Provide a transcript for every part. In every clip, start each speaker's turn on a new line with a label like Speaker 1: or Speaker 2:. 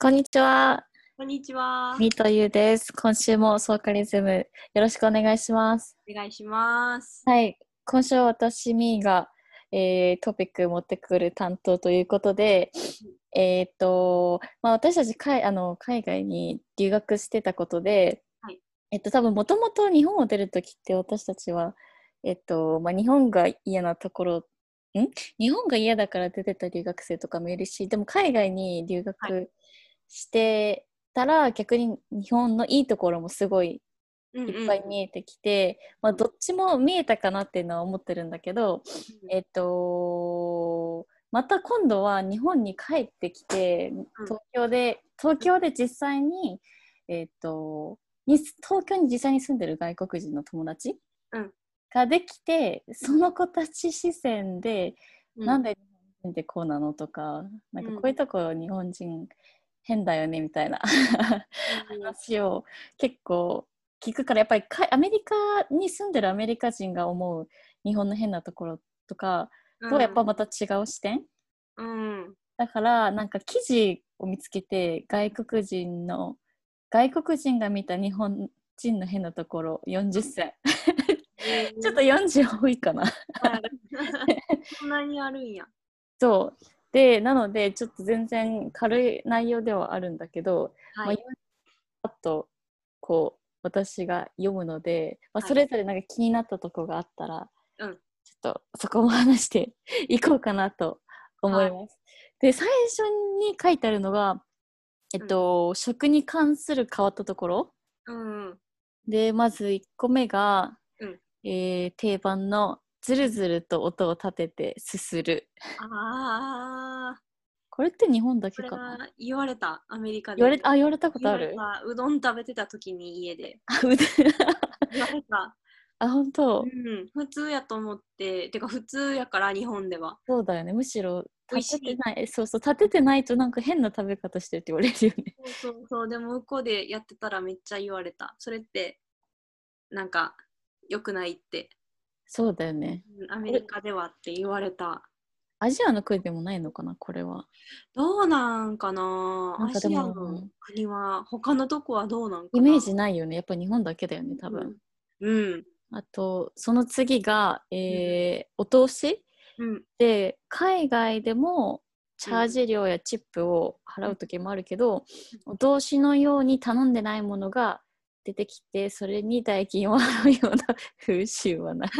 Speaker 1: こんにちは、
Speaker 2: こんにちは。
Speaker 1: みーとゆうです。今週もソーカリズムよろしくお願いします。
Speaker 2: お願いします。
Speaker 1: はい、今週は私みーが、えートピック持ってくる担当ということで、えーっとまあ私たち海あの海外に留学してたことで、
Speaker 2: はい
Speaker 1: えっと多分もともと日本を出るときって私たちはえっとまあ日本が嫌なところん日本が嫌だから出てた留学生とかもいるしでも海外に留
Speaker 2: は
Speaker 1: 学してたら、逆に日本のいいところもすごい
Speaker 2: うんうん
Speaker 1: いっぱい見えてきて、まあ、どっちも見えたかなっていうのは思ってるんだけど、えっと、また今度は日本に帰ってきて東京で東京で実際に,、えっと、に東京に実際に住んでる外国人の友達、
Speaker 2: うん
Speaker 1: ができてその子たち視線で、
Speaker 2: うん
Speaker 1: なんで日本人ってこうなのとかなんかこういうとこ日本人変だよねみたいな。
Speaker 2: うん
Speaker 1: 話を結構聞くからやっぱりかアメリカに住んでるアメリカ人が思う日本の変なところとかとはやっぱまた違う視点、
Speaker 2: うん
Speaker 1: だからなんか記事を見つけて外国人の外国人が見た日本人の変なところ40選 ちょっと40多いかな
Speaker 2: はい そんなにあるんや。
Speaker 1: そうでなのでちょっと全然軽い内容ではあるんだけど、
Speaker 2: はい。
Speaker 1: パッとこう私が読むので、まあ、
Speaker 2: はい
Speaker 1: それぞれなんか気になったとこがあったら、
Speaker 2: うん
Speaker 1: ちょっとそこも話していこうかなと思います。で最初に書いてあるのが、えっと食に関する変わったところ
Speaker 2: うんうん
Speaker 1: でまず1個目が、
Speaker 2: うん
Speaker 1: えー定番の「ズルズルと音を立ててすする
Speaker 2: ああ、」
Speaker 1: これって日本だ
Speaker 2: こ
Speaker 1: け
Speaker 2: れ
Speaker 1: かな
Speaker 2: は言われた、アメリカで。
Speaker 1: 言われあ言われたこと
Speaker 2: 言
Speaker 1: あ
Speaker 2: われ
Speaker 1: る
Speaker 2: たうどん食べてた時に家で。
Speaker 1: あうどん
Speaker 2: 言われた。
Speaker 1: あ本当、
Speaker 2: うん。普通やと思って、てか普通やから日本では。
Speaker 1: そうだよね。むしろ
Speaker 2: 美味しい
Speaker 1: 立ててない、えそうそう立ててないとなんか変な食べ方してるって言われるよね。
Speaker 2: そうそうそう、でも向こうでやってたらめっちゃ言われた。それって、なんか、良くないって。
Speaker 1: そうだよね。
Speaker 2: うんアメリカではって言われた。
Speaker 1: アジアの国でもないのかなこれは。
Speaker 2: どうなんかな
Speaker 1: なんか
Speaker 2: ア
Speaker 1: で
Speaker 2: ジ
Speaker 1: も
Speaker 2: アの国は、他のとこはどうなんかな
Speaker 1: イメージないよね。やっぱ日本だけだよね多分。
Speaker 2: うん。
Speaker 1: あとその次が、えーお通し
Speaker 2: うん。
Speaker 1: で海外でもチャージ料やチップを払う時もあるけど、お通しのように頼んでないものが出てきてそれに代金を払うような風習は ない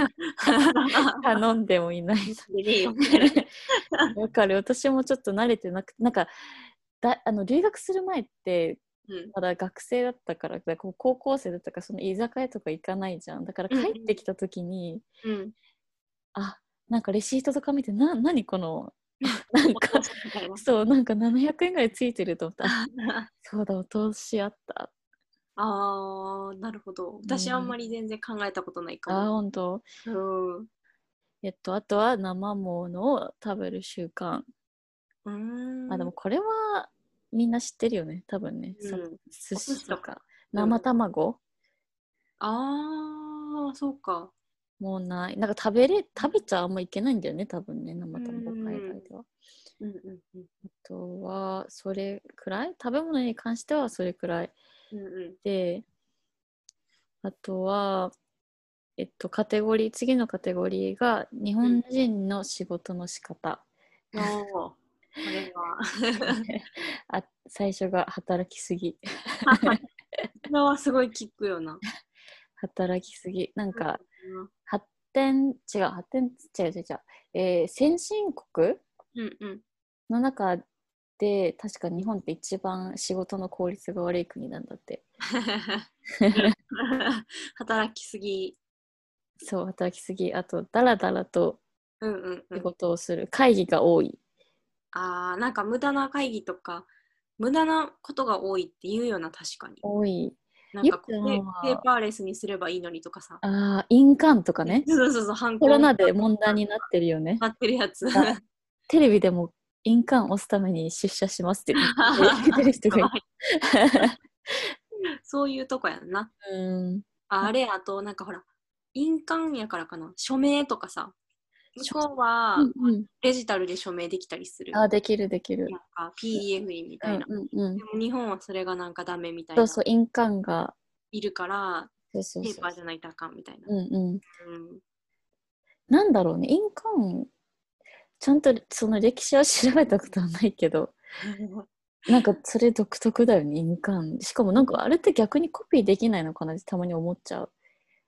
Speaker 1: 頼んでもいない
Speaker 2: でねえよ
Speaker 1: わかる私もちょっと慣れてなくなんかだあの留学する前って
Speaker 2: うん
Speaker 1: まだ学生だったからだからこう高校生だったからその居酒屋とか行かないじゃんだから
Speaker 2: うんうん
Speaker 1: 帰ってきた時に、
Speaker 2: うん。
Speaker 1: あなんかレシートとか見てな何この なんか
Speaker 2: みたいな
Speaker 1: そうなんか700円ぐらいついてると思ったあそうだお通しあった
Speaker 2: あー、なるほど。私あんまり全然考えたことないか
Speaker 1: あ
Speaker 2: も。
Speaker 1: 本当
Speaker 2: うん。う
Speaker 1: えっとあとは生ものを食べる習慣、
Speaker 2: ーん。
Speaker 1: あでもこれはみんな知ってるよね多分ね、
Speaker 2: うん、
Speaker 1: その寿
Speaker 2: お寿
Speaker 1: 司
Speaker 2: 司
Speaker 1: と
Speaker 2: と
Speaker 1: か
Speaker 2: うん
Speaker 1: 生卵、
Speaker 2: ああ、そうか。
Speaker 1: もうない。なんか食べれ、食べちゃあんまいけないんだよね、多分ね、生卵
Speaker 2: うん
Speaker 1: 海外では。
Speaker 2: うんうんうん。
Speaker 1: あとは、それくらい食べ物に関してはそれくらい
Speaker 2: うんうん。
Speaker 1: で、あとは、えっと、カテゴリー、次のカテゴリーが、日本人の仕事の仕方。
Speaker 2: おーこれは。
Speaker 1: あ最初が、働きすぎ。
Speaker 2: これはすごい聞くよな。
Speaker 1: 働きすぎ。なんか、発展、違う、発展、違う違う違う。えー先進国
Speaker 2: うんうん。
Speaker 1: の中で確か日本って一番仕事の効率が悪い国なんだって
Speaker 2: 働きすぎ。
Speaker 1: そう働きすぎあとダラダラと
Speaker 2: うんうんう
Speaker 1: 仕
Speaker 2: ん。
Speaker 1: 事をする、会議が多い
Speaker 2: ああ、なんか無駄な会議とか、無駄なことが多いって言うよな、確かに。
Speaker 1: 多い
Speaker 2: なんかこ
Speaker 1: ゆ
Speaker 2: う
Speaker 1: っちゃ
Speaker 2: ペ
Speaker 1: んは
Speaker 2: ペーパーレスにすればいいのにとかさ。
Speaker 1: あー印鑑とかね
Speaker 2: そうそうそう、ハン
Speaker 1: コ
Speaker 2: コ
Speaker 1: ロナで問題になってるよね
Speaker 2: なってるやつ。
Speaker 1: あテレビでも印鑑押すために出社しますって言 ってる人がい
Speaker 2: そういうとこやんな。
Speaker 1: るうん
Speaker 2: ああれ、あと、なんかほら、印鑑やからかな、署名とかさ、向こうは
Speaker 1: うんうん
Speaker 2: デジタルで署名できたりする。
Speaker 1: あ、できるできる。
Speaker 2: なんか PDF にみ
Speaker 1: う
Speaker 2: たい
Speaker 1: ん
Speaker 2: な。
Speaker 1: うんうん
Speaker 2: で。も日本はそれがなんかダメみたい
Speaker 1: そ
Speaker 2: な
Speaker 1: う。そう、印鑑が。
Speaker 2: いるから、
Speaker 1: そうそ
Speaker 2: ペ
Speaker 1: う
Speaker 2: ー
Speaker 1: そ
Speaker 2: パー
Speaker 1: う
Speaker 2: じ。ゃないとあかんみたいな。
Speaker 1: うんうん。
Speaker 2: うん
Speaker 1: なんだろうね、印鑑、ちゃんとその歴史は調べたことはないけど、なんかそれ独特だよね、印鑑。しかもなんかあれって逆にコピーできないのかなってたまに思っちゃう。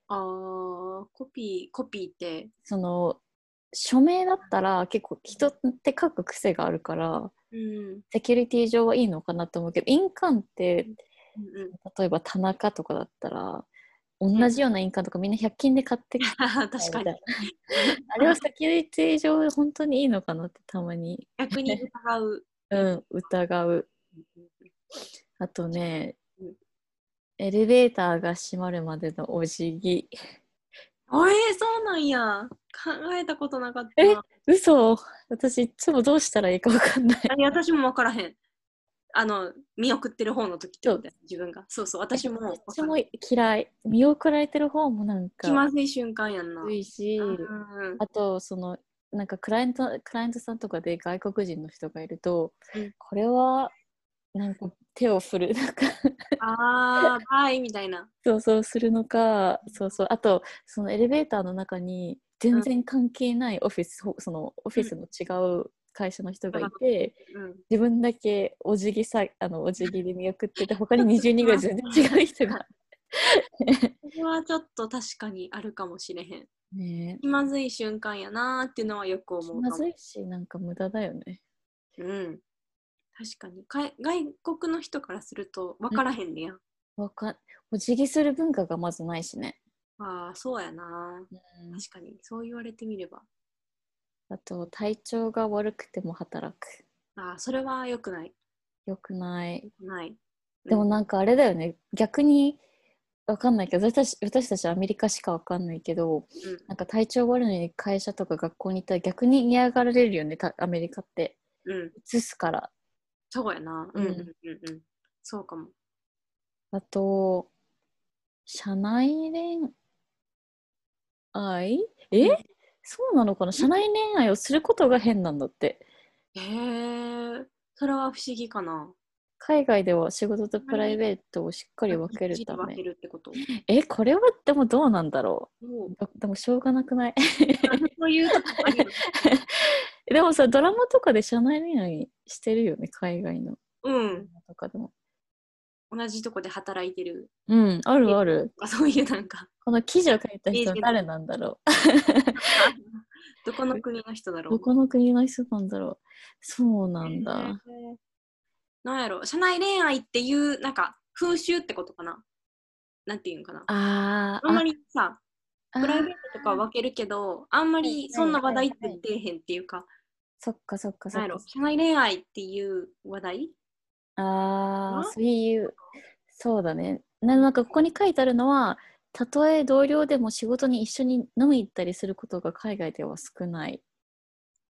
Speaker 2: あーコピー、コピーって。
Speaker 1: その、署名だったら結構人って書く癖があるから、
Speaker 2: うん。うん
Speaker 1: セキュリティ上はいいのかなと思うけど、印鑑って
Speaker 2: うん、
Speaker 1: 例えば田中とかだったら同じような印鑑とかみんな100均で買ってきて
Speaker 2: 確
Speaker 1: みた
Speaker 2: か
Speaker 1: い
Speaker 2: に
Speaker 1: な。あれはセキュリティ上本当にいいのかなってたまに、
Speaker 2: 逆に 疑う。
Speaker 1: うん、疑うあとね
Speaker 2: うん
Speaker 1: エレベーターが閉まるまでのお辞儀
Speaker 2: あえーそうなんや。考えたことなかった。
Speaker 1: え嘘私いつもどうしたらいいか分か んない
Speaker 2: あいや私も分からへん。あの、見送ってる方の時ってことだよ自分が。そうそう、私も分からん。
Speaker 1: 私も嫌い見送られてる方もなん
Speaker 2: 気
Speaker 1: か
Speaker 2: まずい瞬間やんな。
Speaker 1: きついし
Speaker 2: うん
Speaker 1: あとそのなんかクライアントクライアントさんとかで外国人の人がいると、
Speaker 2: うん
Speaker 1: これはなんか手を振るなんか
Speaker 2: あー、バイみたいな。
Speaker 1: そうそうするのかそうそうあとそのエレベーターの中に全然関係ないオフィス、ほそのオフィスの違う会社の人がいて、
Speaker 2: うん、
Speaker 1: 自分だけお辞儀さあのお辞儀で見送ってて他に20人ぐらい全然違う人が。
Speaker 2: それはちょっと確かにあるかもしれへん。
Speaker 1: ねえ
Speaker 2: 気まずい瞬間やなーっていうのはよく思
Speaker 1: 気
Speaker 2: うか
Speaker 1: ま
Speaker 2: も。
Speaker 1: ずいしなんか無駄だよね。
Speaker 2: うん。確かにか。外国の人からすると分からへんねや。
Speaker 1: わかお辞儀する文化がまずないしね。
Speaker 2: ああ、そうやな。
Speaker 1: うん
Speaker 2: 確かに。そう言われてみれば。
Speaker 1: あと体調が悪くても働く。
Speaker 2: ああ、それは良くない。
Speaker 1: よくない。
Speaker 2: ない。
Speaker 1: でもなんかあれだよね、逆にわかんないけど私たち私たちアメリカしかわかんないけど
Speaker 2: うん、
Speaker 1: なんか体調悪いのに会社とか学校に行ったら逆に嫌がられるよねたアメリカって
Speaker 2: うん。うん。
Speaker 1: うつすから
Speaker 2: そうやな。
Speaker 1: う
Speaker 2: うんんうんうんうん。そうかも。
Speaker 1: あと社内恋愛え、
Speaker 2: うん
Speaker 1: そうなのかな社内恋愛をすることが変なんだって
Speaker 2: へえ、それは不思議かな。
Speaker 1: 海外では仕事とプライベートをしっかり分けるた
Speaker 2: 分
Speaker 1: め
Speaker 2: けるっ てこと。
Speaker 1: えこれはでもどうなんだろ
Speaker 2: もう
Speaker 1: うでもしょうがなくない
Speaker 2: そういうとこあるよね
Speaker 1: でもさドラマとかで社内恋愛してるよね海外の
Speaker 2: うん。
Speaker 1: とかでも
Speaker 2: 同じとこで働いてる。
Speaker 1: うんあるある
Speaker 2: あそういうな んか、
Speaker 1: この記事を書いた人
Speaker 2: いい
Speaker 1: 誰なんだろ
Speaker 2: どこの国の人だ
Speaker 1: う
Speaker 2: ろ
Speaker 1: ど
Speaker 2: う。
Speaker 1: この国の人なんだろうそうなん
Speaker 2: へー
Speaker 1: だ。
Speaker 2: なんやろ、社内恋愛っていう、なんか、風習ってことかな。なんていうんかな。
Speaker 1: あー
Speaker 2: あんまりさ、
Speaker 1: あ
Speaker 2: プライベー
Speaker 1: あー
Speaker 2: トとかは分けるけど、あんま
Speaker 1: はいは
Speaker 2: り
Speaker 1: い
Speaker 2: そんな話題って
Speaker 1: はいはい
Speaker 2: 出えへんっていうか、
Speaker 1: そっかそっか
Speaker 2: な
Speaker 1: そ
Speaker 2: ん
Speaker 1: っ
Speaker 2: や
Speaker 1: か
Speaker 2: ろ、社内恋愛っていう話題
Speaker 1: ああ
Speaker 2: な
Speaker 1: そういうそうだねななんかここに書いてあるのはたとえ同僚でも仕事に一緒に飲み行ったりすることが海外では少ない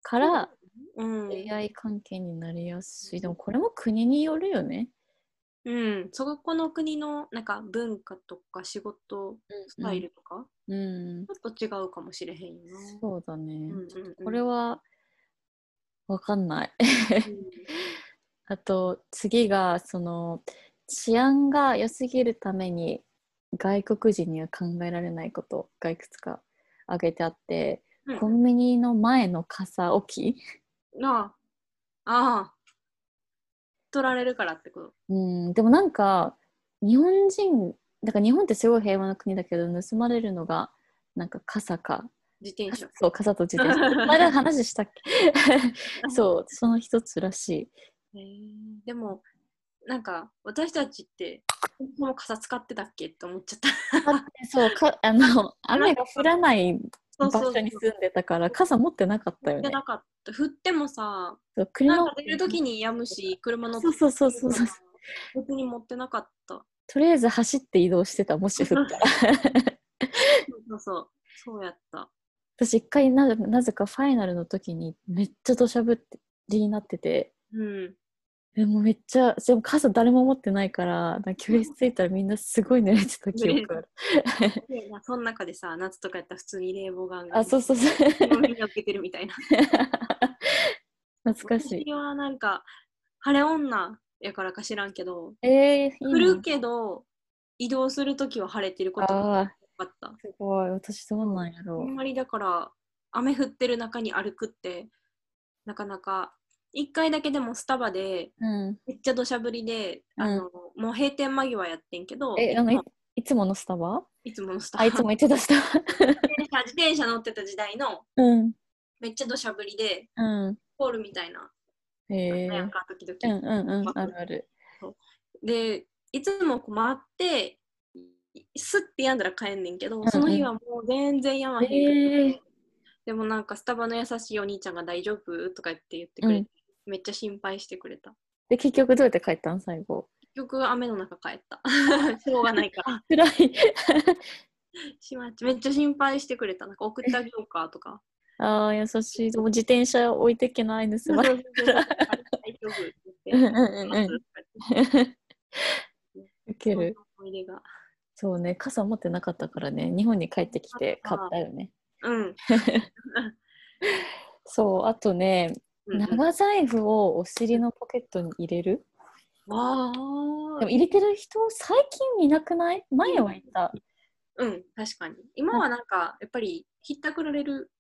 Speaker 1: から
Speaker 2: うん。
Speaker 1: 恋愛関係になりやすいでもこれも国によるよね、
Speaker 2: うん、そこの国のなんか文化とか仕事スタイルとか、
Speaker 1: うん、
Speaker 2: ちょっと違うかもしれへんよな。
Speaker 1: そうだね、
Speaker 2: うんうんうん
Speaker 1: これはわかんない
Speaker 2: うん
Speaker 1: あと次がその治安が良すぎるために外国人には考えられないことがいくつか挙げてあって、
Speaker 2: うん
Speaker 1: コンビニの前の傘置き、
Speaker 2: なあ、ああ、取られるからってこと。
Speaker 1: うん、でもなんか日本人だから日本ってすごい平和な国だけど盗まれるのがなんか傘か
Speaker 2: 自転車。
Speaker 1: そう傘と自転車前で話したっ けそうその一つらしい
Speaker 2: へえでも、なんか私たちって、もう傘使ってたっけって思っちゃった。
Speaker 1: そうかあの雨が降らない場所に
Speaker 2: そう。
Speaker 1: 住んでたから傘持ってなかったよ
Speaker 2: で
Speaker 1: ね
Speaker 2: なかった。振ってもさ、
Speaker 1: そう車
Speaker 2: な
Speaker 1: を
Speaker 2: んか出るときにやむし、車乗って
Speaker 1: そうそうそうそうそう
Speaker 2: 別に持ってなかった。
Speaker 1: とりあえず走って移動してたもし降ったら
Speaker 2: そうそうそう。そうやった。
Speaker 1: 私一回ななぜかファイナルの時にめっちゃ土砂降りになってて
Speaker 2: うん。
Speaker 1: でもめっちゃ、でも傘誰も持ってないから、なんか教室着いたらみんなすごい濡れ てた記憶ある。
Speaker 2: でまあその中でさ、夏とかやったら普通に冷房ガンガン。
Speaker 1: あ、そう そうそう。
Speaker 2: う。みんな受けてるみたいな。
Speaker 1: 懐かし い。
Speaker 2: 私はなんか、晴れ女やからか知らんけど、
Speaker 1: えー、い
Speaker 2: 降
Speaker 1: い
Speaker 2: る
Speaker 1: な。
Speaker 2: けど、移動するときは晴れてることが
Speaker 1: ああ、
Speaker 2: 多かった。
Speaker 1: すごい。私どうなんや
Speaker 2: あ
Speaker 1: ろ
Speaker 2: んまりだから、雨降ってる中に歩くって、なかなか、一回だけでもスタバで、
Speaker 1: う。うん。
Speaker 2: めっちゃ土砂降りで、
Speaker 1: うん
Speaker 2: あの、もう閉店間際やってんけど、
Speaker 1: え、あの、
Speaker 2: い
Speaker 1: いいつものスタバ
Speaker 2: いつものスタ
Speaker 1: あ、
Speaker 2: バ
Speaker 1: いつも言ってたスタバ。
Speaker 2: 自転車自転車乗ってた時代の、
Speaker 1: うん。
Speaker 2: めっちゃ土砂降りで、
Speaker 1: う
Speaker 2: ホールみたいな、
Speaker 1: ん。へえ
Speaker 2: なんか時々、
Speaker 1: うんうんうん。あるある。
Speaker 2: でいつもこう回ってすってやんだら帰んねんけど、
Speaker 1: うん
Speaker 2: その日はもう全然やまへんく
Speaker 1: へ
Speaker 2: て
Speaker 1: え
Speaker 2: でもなんかスタバの優しいお兄ちゃんが「大丈夫?」とか言って言ってくれて、めっちゃ心配してくれた
Speaker 1: で、結局どうやって帰ったん最後。
Speaker 2: 結局雨の中帰った しょうがないから
Speaker 1: 暗い。
Speaker 2: しまっちめっちゃ心配してくれたなんか送ってあげようかと か
Speaker 1: ああ、優しい。でも自転車置いてけないんです。
Speaker 2: そう
Speaker 1: ま
Speaker 2: そ
Speaker 1: だ
Speaker 2: うそう 大丈夫って
Speaker 1: うんう
Speaker 2: 言って
Speaker 1: んうん。 受け
Speaker 2: そんな
Speaker 1: る。
Speaker 2: 思い出が
Speaker 1: そうね、傘持ってなかったからね、日本に帰ってきて買ったよね。
Speaker 2: うん
Speaker 1: そう、あとね、
Speaker 2: うんうん
Speaker 1: 長財布をお尻のポケットに入れる。
Speaker 2: わ
Speaker 1: でも
Speaker 2: あ
Speaker 1: 入れてる人、最近いなくない前はいた。
Speaker 2: うん、確かに。今はなんか、やっぱり、ひったくられる、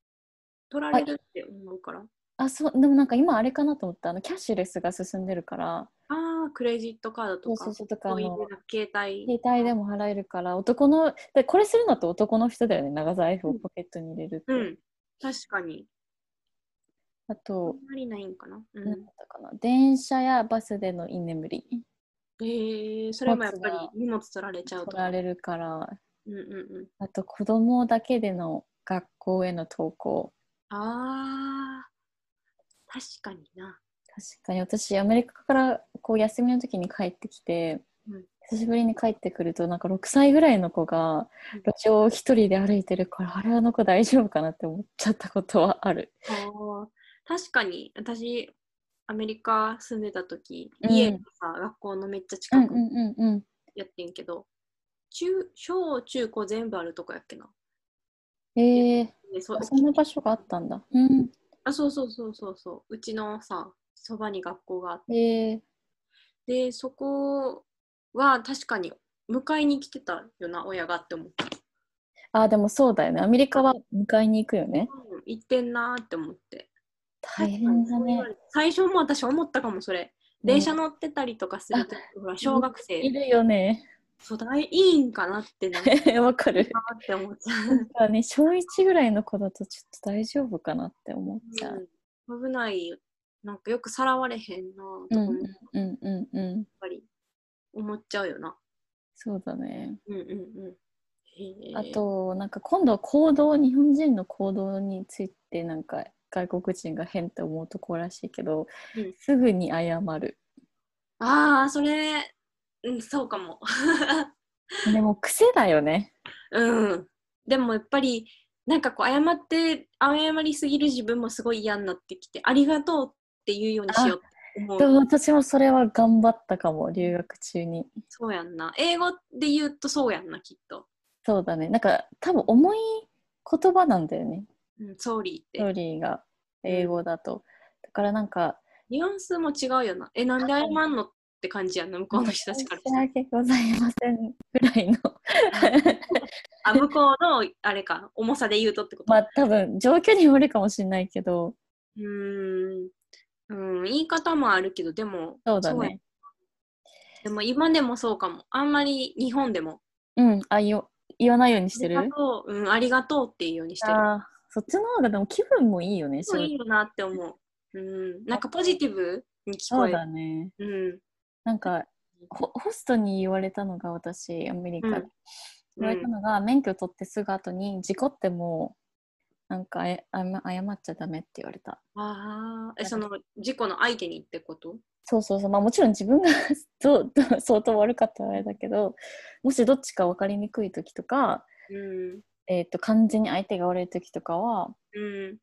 Speaker 2: 取られるって思うから。
Speaker 1: あ、そう、でもなんか今あれかなと思った。あの、キャッシュレスが進んでるから、
Speaker 2: ああ、クレジットカ
Speaker 1: そ
Speaker 2: ードと
Speaker 1: う
Speaker 2: か、
Speaker 1: そう
Speaker 2: そ
Speaker 1: そう、とかあ
Speaker 2: ういう
Speaker 1: の、
Speaker 2: 携帯。
Speaker 1: 携帯でも払えるから、男の、でこれするのって男の人だよね、長財布をポケットに入れるって。
Speaker 2: うん、確かに。
Speaker 1: あ
Speaker 2: あ
Speaker 1: と
Speaker 2: ん、まりないんかな。う
Speaker 1: 何だ
Speaker 2: ん
Speaker 1: っ、たかな、電車やバスでの居眠り
Speaker 2: えー、それもやっぱ
Speaker 1: 荷
Speaker 2: り
Speaker 1: 物が
Speaker 2: 荷物取られちゃうと
Speaker 1: 取
Speaker 2: か。
Speaker 1: られるから、
Speaker 2: うんうんうん。
Speaker 1: あと子供だけでの学校への登校。
Speaker 2: ああ、確かにな。
Speaker 1: 確かに私、アメリカからこう休みの時に帰ってきて、
Speaker 2: うん
Speaker 1: 久しぶりに帰ってくると、なんか6歳ぐらいの子が
Speaker 2: うん
Speaker 1: 路上を一人で歩いてるから、あれあの子大丈夫かなって思っちゃったことはある。
Speaker 2: あー確かに、私、アメリカ住んでた時、
Speaker 1: うん
Speaker 2: 家がさ、学校のめっちゃ
Speaker 1: うん
Speaker 2: 近
Speaker 1: う
Speaker 2: く
Speaker 1: んうんうん。
Speaker 2: やってんけど、中小中高全部あるとこやっけな。
Speaker 1: えー、
Speaker 2: でそ
Speaker 1: そんな場所があったんだ。うん。
Speaker 2: あそうそうそうそうそううちのさそばに学校があっ
Speaker 1: えー、
Speaker 2: てそこは確かに迎えに来てたよな親がって思った、
Speaker 1: あ、でもそうだよね。アメリカは迎えに行くよね。
Speaker 2: うん、行ってんなーって思って
Speaker 1: 大変だね。
Speaker 2: 最初も私思ったかもそれ電車乗ってたりとかするとほら小学
Speaker 1: い
Speaker 2: 生
Speaker 1: るよね。
Speaker 2: そうだいいいんかなってなんか
Speaker 1: わかる。
Speaker 2: って思っちゃ
Speaker 1: なんかね、小1ぐらいの子だとちょっと大丈夫かなって思っちゃう。
Speaker 2: う、うん危ないなんかよくさらわれへんなーと
Speaker 1: う
Speaker 2: か
Speaker 1: ん
Speaker 2: も
Speaker 1: う
Speaker 2: やっ
Speaker 1: んうんうん。
Speaker 2: ぱり思っちゃうよな
Speaker 1: そうだね。
Speaker 2: うんうんうんへー
Speaker 1: あと、なんか今度は行動、日本人の行動についてなんか外国人が変って思うとこらしいけど、
Speaker 2: うん
Speaker 1: すぐに謝る。
Speaker 2: ああ、それ、うん、そうかも。
Speaker 1: でも癖だよね。
Speaker 2: うん。でもやっぱり、なんかこう、謝って、謝りすぎる自分もすごい嫌になってきて、ありがとうって言うようにしようって思
Speaker 1: で
Speaker 2: う。
Speaker 1: も私もそれは頑張ったかも、留学中に。
Speaker 2: そうやんな。英語で言うとそうやんな、きっと。
Speaker 1: そうだね。なんか多分重い言葉なんだよね。
Speaker 2: うん、ソーリ
Speaker 1: スト
Speaker 2: ー
Speaker 1: ー
Speaker 2: って。
Speaker 1: リーが英語だと。だからなんか、
Speaker 2: ニュアンスも違うよな。え、なんで謝んのって感じやんな、向こうの人たちからし
Speaker 1: 申
Speaker 2: た
Speaker 1: し
Speaker 2: ら。
Speaker 1: 訳ございませんぐらいの。
Speaker 2: あ、向こうの、あれか、重さで言うとってこ と。
Speaker 1: まあ多分、状況によるかもしれないけど、
Speaker 2: うーん。うん、言い方もあるけど、でも、
Speaker 1: そうだ
Speaker 2: やん
Speaker 1: ね。
Speaker 2: でも今でもそうかも。あんまり日本でも。
Speaker 1: うん、あ、よ言わないようにしてる
Speaker 2: ありがとう、うん、ありがとうっていうようにしてる。
Speaker 1: あーそっちの方がでも気分もいいよね、
Speaker 2: そう
Speaker 1: 正
Speaker 2: いい
Speaker 1: 直
Speaker 2: よなって思う。うん、なんかポジティブに聞
Speaker 1: そ
Speaker 2: こ
Speaker 1: う
Speaker 2: え
Speaker 1: だ
Speaker 2: る。
Speaker 1: ね。
Speaker 2: うん。
Speaker 1: なんか、ホホストに言われたのが私、アメリカで。
Speaker 2: うん
Speaker 1: 言われたのが、免許取ってすぐ後に、事故っても、なんかえあま謝っちゃダメって言われた。
Speaker 2: ああ、え、その事故の相手にってこと
Speaker 1: そうそうそう、まあ、もちろん自分が そうど相当悪かったらあれだけどもしどっちか分かりにくい時とか、
Speaker 2: うん。
Speaker 1: えー、と完全に相手が悪い時とかは
Speaker 2: うん。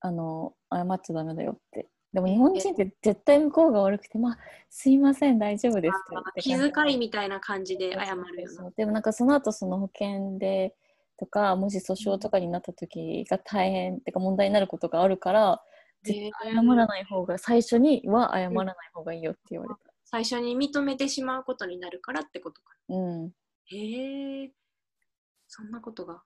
Speaker 1: あの謝っちゃダメだよってでも日本人って絶対向こうが悪くて、まあ、すいません、大丈夫です
Speaker 2: あ
Speaker 1: って
Speaker 2: 気
Speaker 1: 言って。
Speaker 2: 遣いみたいな感じで謝るような。
Speaker 1: そうでもなんかその後その保険でとか、もし訴訟とかになった時が大変ってか問題になることがあるから、絶対謝らない方が、最初には謝らない方がいいよって言われた。
Speaker 2: 最初に認めてしまうことになるからってことか。
Speaker 1: うん。
Speaker 2: へえ、そんなことが。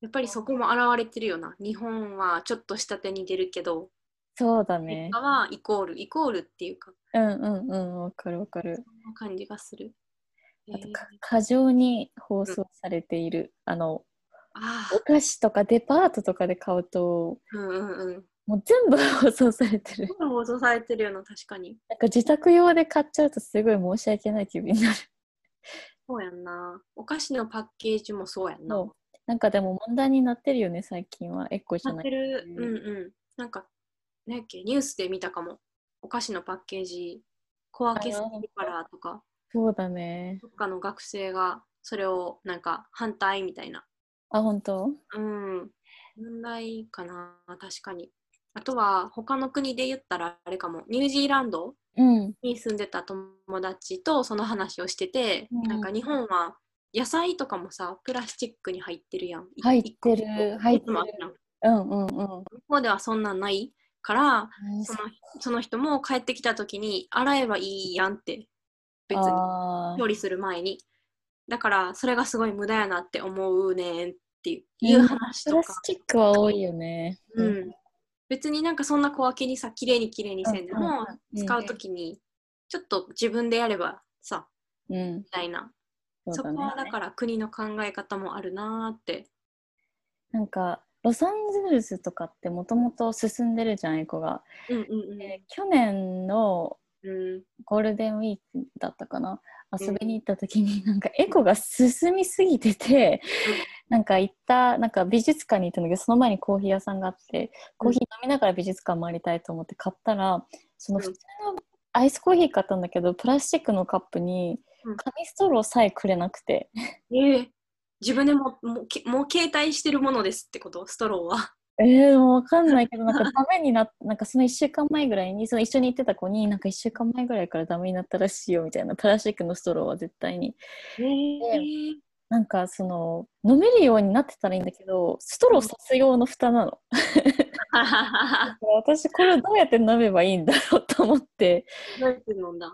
Speaker 2: やっぱりそこも現れてるよな。日本はちょっと下手に出るけど、
Speaker 1: そうだ
Speaker 2: アメ
Speaker 1: ね
Speaker 2: リカ。はイコール、イコールっていうか、
Speaker 1: うんうんうん、わかるわかる。
Speaker 2: そんな感じがする。へ
Speaker 1: あ
Speaker 2: え
Speaker 1: とか、過剰に放送されている、あの、
Speaker 2: あ
Speaker 1: お菓子とかデパートとかで買うと、
Speaker 2: あ、うんうんうん。
Speaker 1: もう全部放送されて る。
Speaker 2: 放送されてるよな、確かに。
Speaker 1: なんか自宅用で買っちゃうとすごい申し訳ない気分になる。
Speaker 2: そうやんな。お菓子のパッケージもそうやんな。
Speaker 1: そうなんかでも問題になってるよね、最近は。エッコじゃな
Speaker 2: なっ
Speaker 1: い
Speaker 2: て。る。
Speaker 1: うん
Speaker 2: うんうん。なんか、なんやっけ、ニュースで見たかも。お菓子のパッケージ、小分けするからとか、
Speaker 1: そうだね。
Speaker 2: どっかの学生がそれをなんか反対みたいな。
Speaker 1: あ、本当
Speaker 2: うん。問題かな、確かに。あとは、他の国で言ったらあれかも、ニュージーランド
Speaker 1: うん。
Speaker 2: に住んでた友達とその話をしてて、
Speaker 1: うん
Speaker 2: なんか日本は野菜とかもさ、プラスチックに入ってるやん。
Speaker 1: 入って
Speaker 2: 一個一
Speaker 1: る。
Speaker 2: 個
Speaker 1: 入っ
Speaker 2: い
Speaker 1: て
Speaker 2: つ
Speaker 1: る
Speaker 2: もあるやん。
Speaker 1: うんうんうん。
Speaker 2: 向こうではそんなんないから、
Speaker 1: うん
Speaker 2: そのその人も帰ってきた時に洗えばいいやんって別に
Speaker 1: あー
Speaker 2: 料理する前にだからそれがすごい無駄やなって思うねんっていう
Speaker 1: うん
Speaker 2: いう話
Speaker 1: プ
Speaker 2: と
Speaker 1: ラス
Speaker 2: か、
Speaker 1: チックは多いよね。
Speaker 2: うん、別になんかそんな小分けにさ綺麗に綺麗にせんでも
Speaker 1: ん
Speaker 2: 使う時にちょっと自分でやればさ
Speaker 1: うん。うん
Speaker 2: みたいな
Speaker 1: そ
Speaker 2: そう
Speaker 1: だ
Speaker 2: こはだ
Speaker 1: ね。
Speaker 2: から国の考え方もあるなーって
Speaker 1: なんか、ロサンゼルスとかってもともと進んでるじゃん、エコが。
Speaker 2: うん
Speaker 1: で
Speaker 2: う
Speaker 1: 去年の
Speaker 2: んうん
Speaker 1: ゴールデンウィークだったかな遊びに行った時になんかエコが進みすぎてて、なんか行ったなんか美術館に行ったんだけどその前にコーヒー屋さんがあってコーヒー飲みながら美術館回りたいと思って買ったらその普通のアイスコーヒー買ったんだけどプラスチックのカップに
Speaker 2: うん
Speaker 1: 紙ストローさえくれなくて
Speaker 2: うんえー自分でももうけもう携帯してるものですってことストローは。
Speaker 1: えー、もう分かんない けど、なんかダメになっなんかその1週間前ぐらいに、その一緒に行ってた子に、なんか1週間前ぐらいからダメになったらしいよみたいな、プラスチックのストローは絶対に。
Speaker 2: えー
Speaker 1: なんかその、飲めるようになってたらいいんだけど、ストローさす用の蓋なの。だから私、これをどうやって飲めばいいんだろうと思って、
Speaker 2: どうやって飲んだ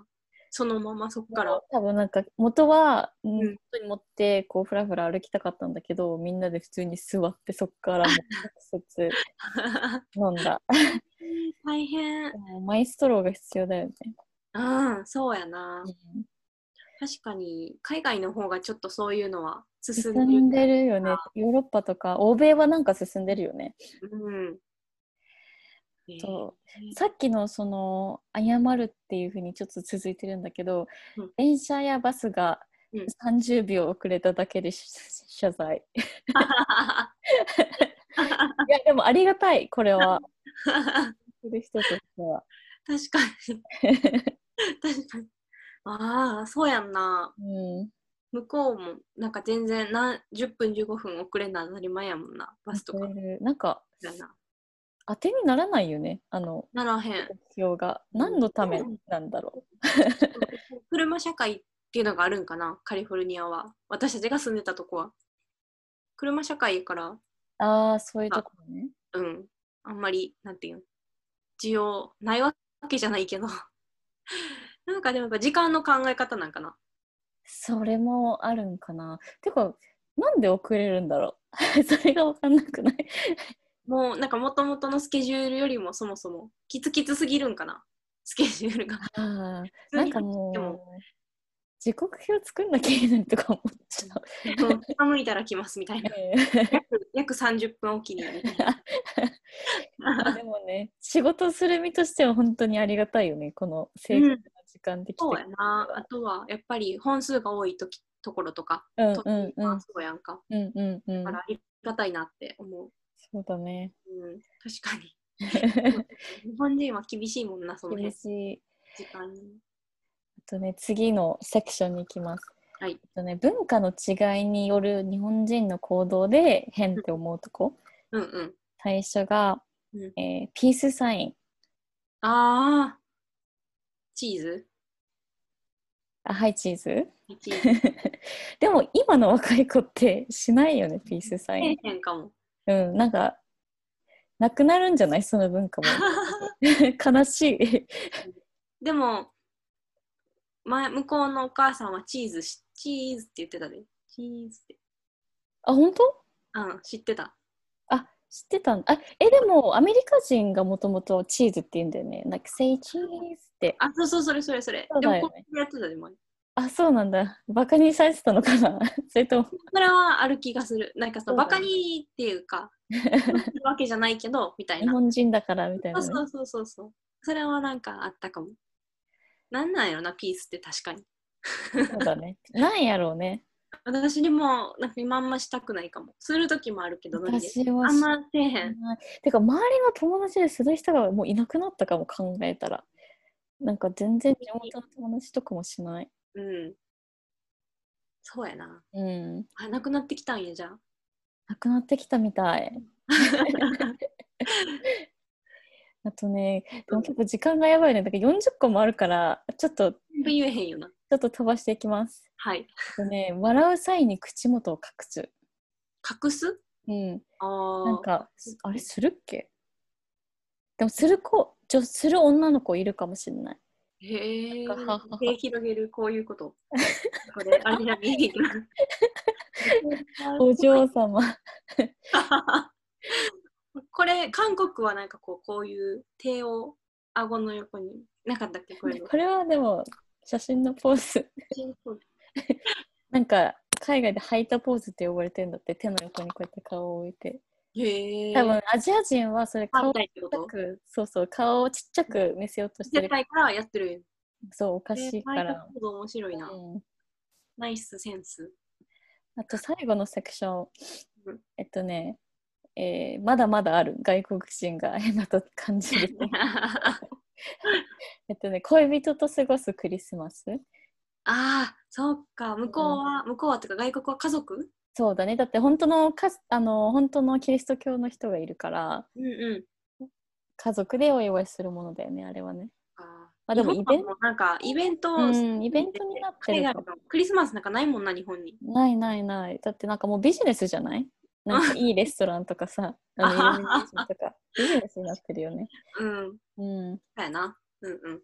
Speaker 2: そのままそこ から。
Speaker 1: 多分なんか元は、うんん、元に持って、こう、ふらふら歩きたかったんだけど、みんなで普通に座って、そっからもう直接飲んだ。
Speaker 2: 大変
Speaker 1: で。もマイストローが必要だよね。
Speaker 2: うん、そうやな。確かに、海外の方がちょっとそういうのは進
Speaker 1: 進
Speaker 2: ん
Speaker 1: ん
Speaker 2: でる。
Speaker 1: でるよね。ヨーロッパとか欧米はなんか進んでるよね。
Speaker 2: うん。えー
Speaker 1: そさっきのその謝るっていうふうにちょっと続いてるんだけど、
Speaker 2: うん
Speaker 1: 電車やバスが
Speaker 2: うん
Speaker 1: 30秒遅れただけでし謝 罪。いやでもありがたいこれは。する人として は。
Speaker 2: 確かに。確かに。ああ、そうやんな。
Speaker 1: うん。
Speaker 2: 向こうも、なんか全然何、10分15分遅れな当たり前やもんな。バスとか
Speaker 1: 遅。れるなんか
Speaker 2: やな
Speaker 1: 当てにならないよね。あの
Speaker 2: ならへん。
Speaker 1: 目標が何のためなんだろ
Speaker 2: 車社会っていうのがあるんかなカリフォルニアは私たちが住んでたとこは車社会やから
Speaker 1: う。ああそういうところね。
Speaker 2: うんあんまりなんていうの需要ないわけじゃないけど なんかでもやっぱ時間の考え方なんかな
Speaker 1: それもあるんかな。てか、なんで遅れるんだろう。 それが分かんなくない。
Speaker 2: もうなんか元々のスケジュールよりもそもそもキツキツすぎるんかなスケジュールが
Speaker 1: ああ、なんか
Speaker 2: で
Speaker 1: も
Speaker 2: も
Speaker 1: う、時刻表作んなきゃいけないとか思っちゃう。
Speaker 2: もう寒いたら来ますみ たいな 約約30分おきにみたいな
Speaker 1: まあでもね、仕事する身としては本当にありがたいよね、この 正確な時間できて
Speaker 2: そ
Speaker 1: く
Speaker 2: う
Speaker 1: れ
Speaker 2: や
Speaker 1: る
Speaker 2: なあとはやっぱり本数が多いときところとか
Speaker 1: のはうんうんうん。
Speaker 2: そうやんか。
Speaker 1: うんうんうん
Speaker 2: だからありがたいなって思う。
Speaker 1: そうだね。
Speaker 2: うん、確かに。日本人は厳しいもんな、そ の
Speaker 1: 厳
Speaker 2: 辺、
Speaker 1: しい。
Speaker 2: 時間に。
Speaker 1: あとね、次のセクションに行きます。
Speaker 2: はい
Speaker 1: えっとね、文化の違いによる日本人の行動で変って思うとこ。
Speaker 2: うんうん。
Speaker 1: 最初が、
Speaker 2: うん
Speaker 1: えーピースサイン
Speaker 2: ああ。チ ーズ
Speaker 1: あはいチーズ
Speaker 2: チーズ。
Speaker 1: でも今の若い子ってしないよねピースサイン
Speaker 2: 変変 かも。
Speaker 1: うんなんかなくなるんじゃないその文 化も悲しい
Speaker 2: でも、前、向こうのお母さんはチーズし、チーズって言ってたで。チーズって。
Speaker 1: あ本当
Speaker 2: うん、知ってた。
Speaker 1: あ知ってたんあえでもアメリカ人がもともとチーズって言うんだよねなんか「say cheese」って
Speaker 2: あ、そうそう、それそれそれ。
Speaker 1: そう
Speaker 2: で
Speaker 1: だ
Speaker 2: も、
Speaker 1: よね
Speaker 2: これやってたでも。
Speaker 1: あそうなんだバカにされてたのかな それとも
Speaker 2: それはある気がする。なんか
Speaker 1: そ
Speaker 2: さ、
Speaker 1: うだね
Speaker 2: バカにってい うか、そういうわけじゃないけど、みたい
Speaker 1: 日
Speaker 2: な。
Speaker 1: 本人だからみたいな、ね、
Speaker 2: そうそうそうそう。それはなんかあったかも。なんなんやろな、ピースって確かに。
Speaker 1: そうだねなんやろうね
Speaker 2: 私にも、なんか今あんましたくないかも。する時もあるけど、ノリで
Speaker 1: 私は
Speaker 2: あんませえへん。
Speaker 1: てか周りの友達でする人がもういなくなったかも考えたらなんか全然地元の友達とかもしない
Speaker 2: うん。そうやな。
Speaker 1: うん
Speaker 2: あ、なくなってきたんや、じゃあ。
Speaker 1: なくなってきたみた いあとねでも結構時間がやばいねだから40個もあるからちょっとち
Speaker 2: 全部言えへんよな。
Speaker 1: ょっと飛ばしていきます
Speaker 2: はい。
Speaker 1: あとね笑う際に口元を隠す
Speaker 2: 隠す
Speaker 1: うん
Speaker 2: あ
Speaker 1: なん
Speaker 2: ー
Speaker 1: かあれするっけでもする子女する女の子いるかもしれない
Speaker 2: へえ
Speaker 1: なんかははは。
Speaker 2: 手広げる、こういうこと。こ れ、あれだね。
Speaker 1: お嬢様
Speaker 2: これ、韓国はなんかこう、こういう手を顎の横に、なかったっけ、こういうの。
Speaker 1: これはでも写真のポーズ なんか海外でハイタポーズって呼ばれてんだって手の横にこうやって顔を置いて
Speaker 2: へえ。
Speaker 1: 多分アジア人はそれ顔
Speaker 2: 反
Speaker 1: をちっ
Speaker 2: 対ってこ
Speaker 1: ちゃ
Speaker 2: と
Speaker 1: くそうそう顔をちっちゃく見せようとして
Speaker 2: 絶
Speaker 1: る
Speaker 2: 対からやってるよ。
Speaker 1: そうおかしいか
Speaker 2: えー
Speaker 1: ら、
Speaker 2: ファイトフード面白いな。
Speaker 1: うん、
Speaker 2: ナイスセンス。
Speaker 1: あと最後のセクション
Speaker 2: うん
Speaker 1: えっとね、えーまだまだある外国人が変だと感じ る
Speaker 2: あ
Speaker 1: えっとね恋人と過ごすクリスマス
Speaker 2: あ、そうか。向こうは、向こうはとか外国は家族
Speaker 1: そうだねだって本当のかあの本当のキリスト教の人がいるから
Speaker 2: うんうん。
Speaker 1: 家族でお祝いするものだよねあれはね
Speaker 2: あ
Speaker 1: まあでもイベント
Speaker 2: なんかイベント、
Speaker 1: うんイベントになってる
Speaker 2: 海
Speaker 1: か
Speaker 2: 外のクリスマスなんかないもんな、日本に。
Speaker 1: ないないない。だってなんかもうビジネスじゃないなんかいいレストランとかさ、あ
Speaker 2: あはは
Speaker 1: の有名人とか、ビジネスになってるよね。
Speaker 2: うん。
Speaker 1: うん。
Speaker 2: だよな。うんうん。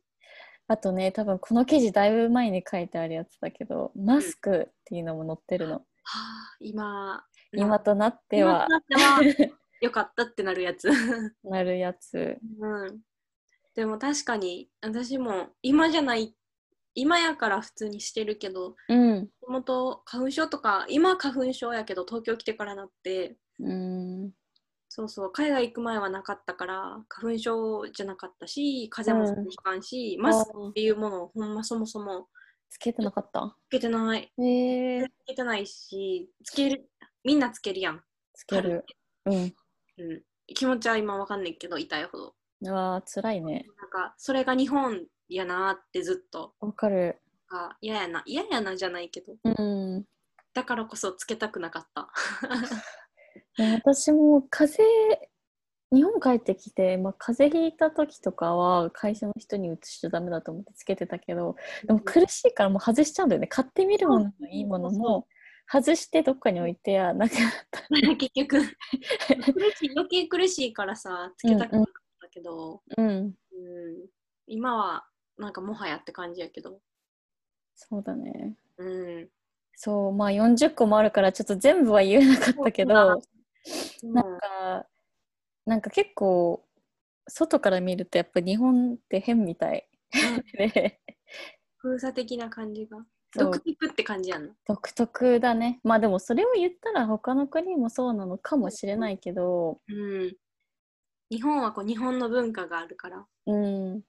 Speaker 1: あとね、多分この記事だいぶ前に書いてあるやつだけど、マスクっていうのも載ってるの。
Speaker 2: はあ、今、
Speaker 1: 今となっては
Speaker 2: 今となってはよかったってなるや つ。う
Speaker 1: なるやつ。
Speaker 2: ん。でも確かに、私も今じゃない、今やから普通にしてるけど、
Speaker 1: うん。
Speaker 2: もともと花粉症とか、今花粉症やけど東京来てからなって、
Speaker 1: うん。
Speaker 2: そうそう、海外行く前はなかったから、花粉症じゃなかったし、風邪も
Speaker 1: うん
Speaker 2: ひかんし、マスク
Speaker 1: あー
Speaker 2: っていうものをほんまそもそも
Speaker 1: つけてなかった
Speaker 2: つけてない。
Speaker 1: へえ
Speaker 2: つけてないし、つける、みんなつけるやん。
Speaker 1: つける。うん。
Speaker 2: うん、気持ちは今わかんないけど、痛いほど。
Speaker 1: うわー、辛いね。
Speaker 2: なんか、それが日本やなってずっと、
Speaker 1: わかる。
Speaker 2: あ嫌やな、嫌やなじゃないけど、
Speaker 1: うん。
Speaker 2: だからこそつけたくなかった。
Speaker 1: ね私も風邪日本帰ってきて、まあ、風邪ひいた時とかは会社の人に移しちゃダメだと思ってつけてたけどでも苦しいからもう外しちゃうんだよね買ってみるものもいいものも外してどっかに置いてやなんか
Speaker 2: 結局、苦しい余計苦しいからさ、つけたくなかったけど、
Speaker 1: うん
Speaker 2: うん、今はなんかもはやって感じやけど、
Speaker 1: そうだね
Speaker 2: うん、
Speaker 1: そうまあ40個もあるからちょっと全部は言えなかったけど
Speaker 2: な
Speaker 1: なんかなんか結構外から見るとやっぱ日本って変みたい で
Speaker 2: 封鎖的な感じが
Speaker 1: そう
Speaker 2: 独特って感じやんな
Speaker 1: 独特だねまあでもそれを言ったら他の国もそうなのかもしれないけど
Speaker 2: うん、日本はこう日本の文化があるから
Speaker 1: うん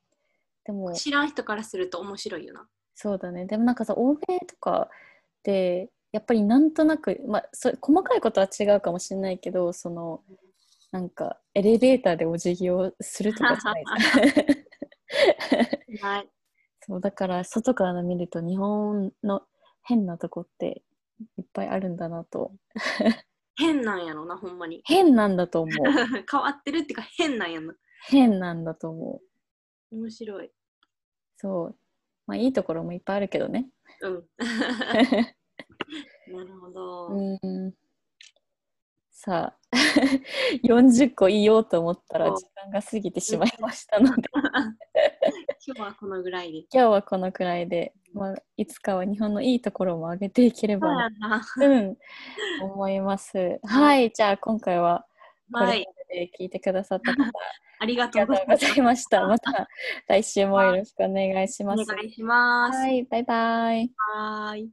Speaker 1: でも
Speaker 2: 知らん人からすると面白いよな
Speaker 1: そうだねでもなんかさ欧米とかでやっぱりなんとなく、まあ、そ細かいことは違うかもしれないけどそのなんかエレベーターでお辞儀をするとかじゃないじゃん
Speaker 2: はい
Speaker 1: そうだから外から見ると日本の変なとこっていっぱいあるんだなと
Speaker 2: 変なんやろなほんまに
Speaker 1: 変なんだと思う
Speaker 2: 変わってるっていうか変なんやな
Speaker 1: 変なんだと思う
Speaker 2: 面白い。
Speaker 1: そう。まあいいところもいっぱいあるけどね。
Speaker 2: うん。 なるほど。
Speaker 1: うん。さあ、40個言おうと思ったら
Speaker 2: そう
Speaker 1: 時間が過ぎてしまいましたので、
Speaker 2: 今日はこのぐらいで。
Speaker 1: 今日はこのくらいで、まあ、いつかは日本のいいところも上げていけれ
Speaker 2: そう
Speaker 1: ば
Speaker 2: や
Speaker 1: な、
Speaker 2: な。
Speaker 1: うん、思います。はい、じゃあ今回はこれま
Speaker 2: は
Speaker 1: で
Speaker 2: い。
Speaker 1: 聞いてくださった方、
Speaker 2: ありが
Speaker 1: あ
Speaker 2: とう
Speaker 1: り
Speaker 2: ご
Speaker 1: が
Speaker 2: ざ
Speaker 1: と
Speaker 2: いうま
Speaker 1: ご
Speaker 2: す。
Speaker 1: ざいま した。また来週もよろしくお願いし
Speaker 2: お
Speaker 1: ます。
Speaker 2: 願いします。
Speaker 1: はい、バイバイ。
Speaker 2: はーい。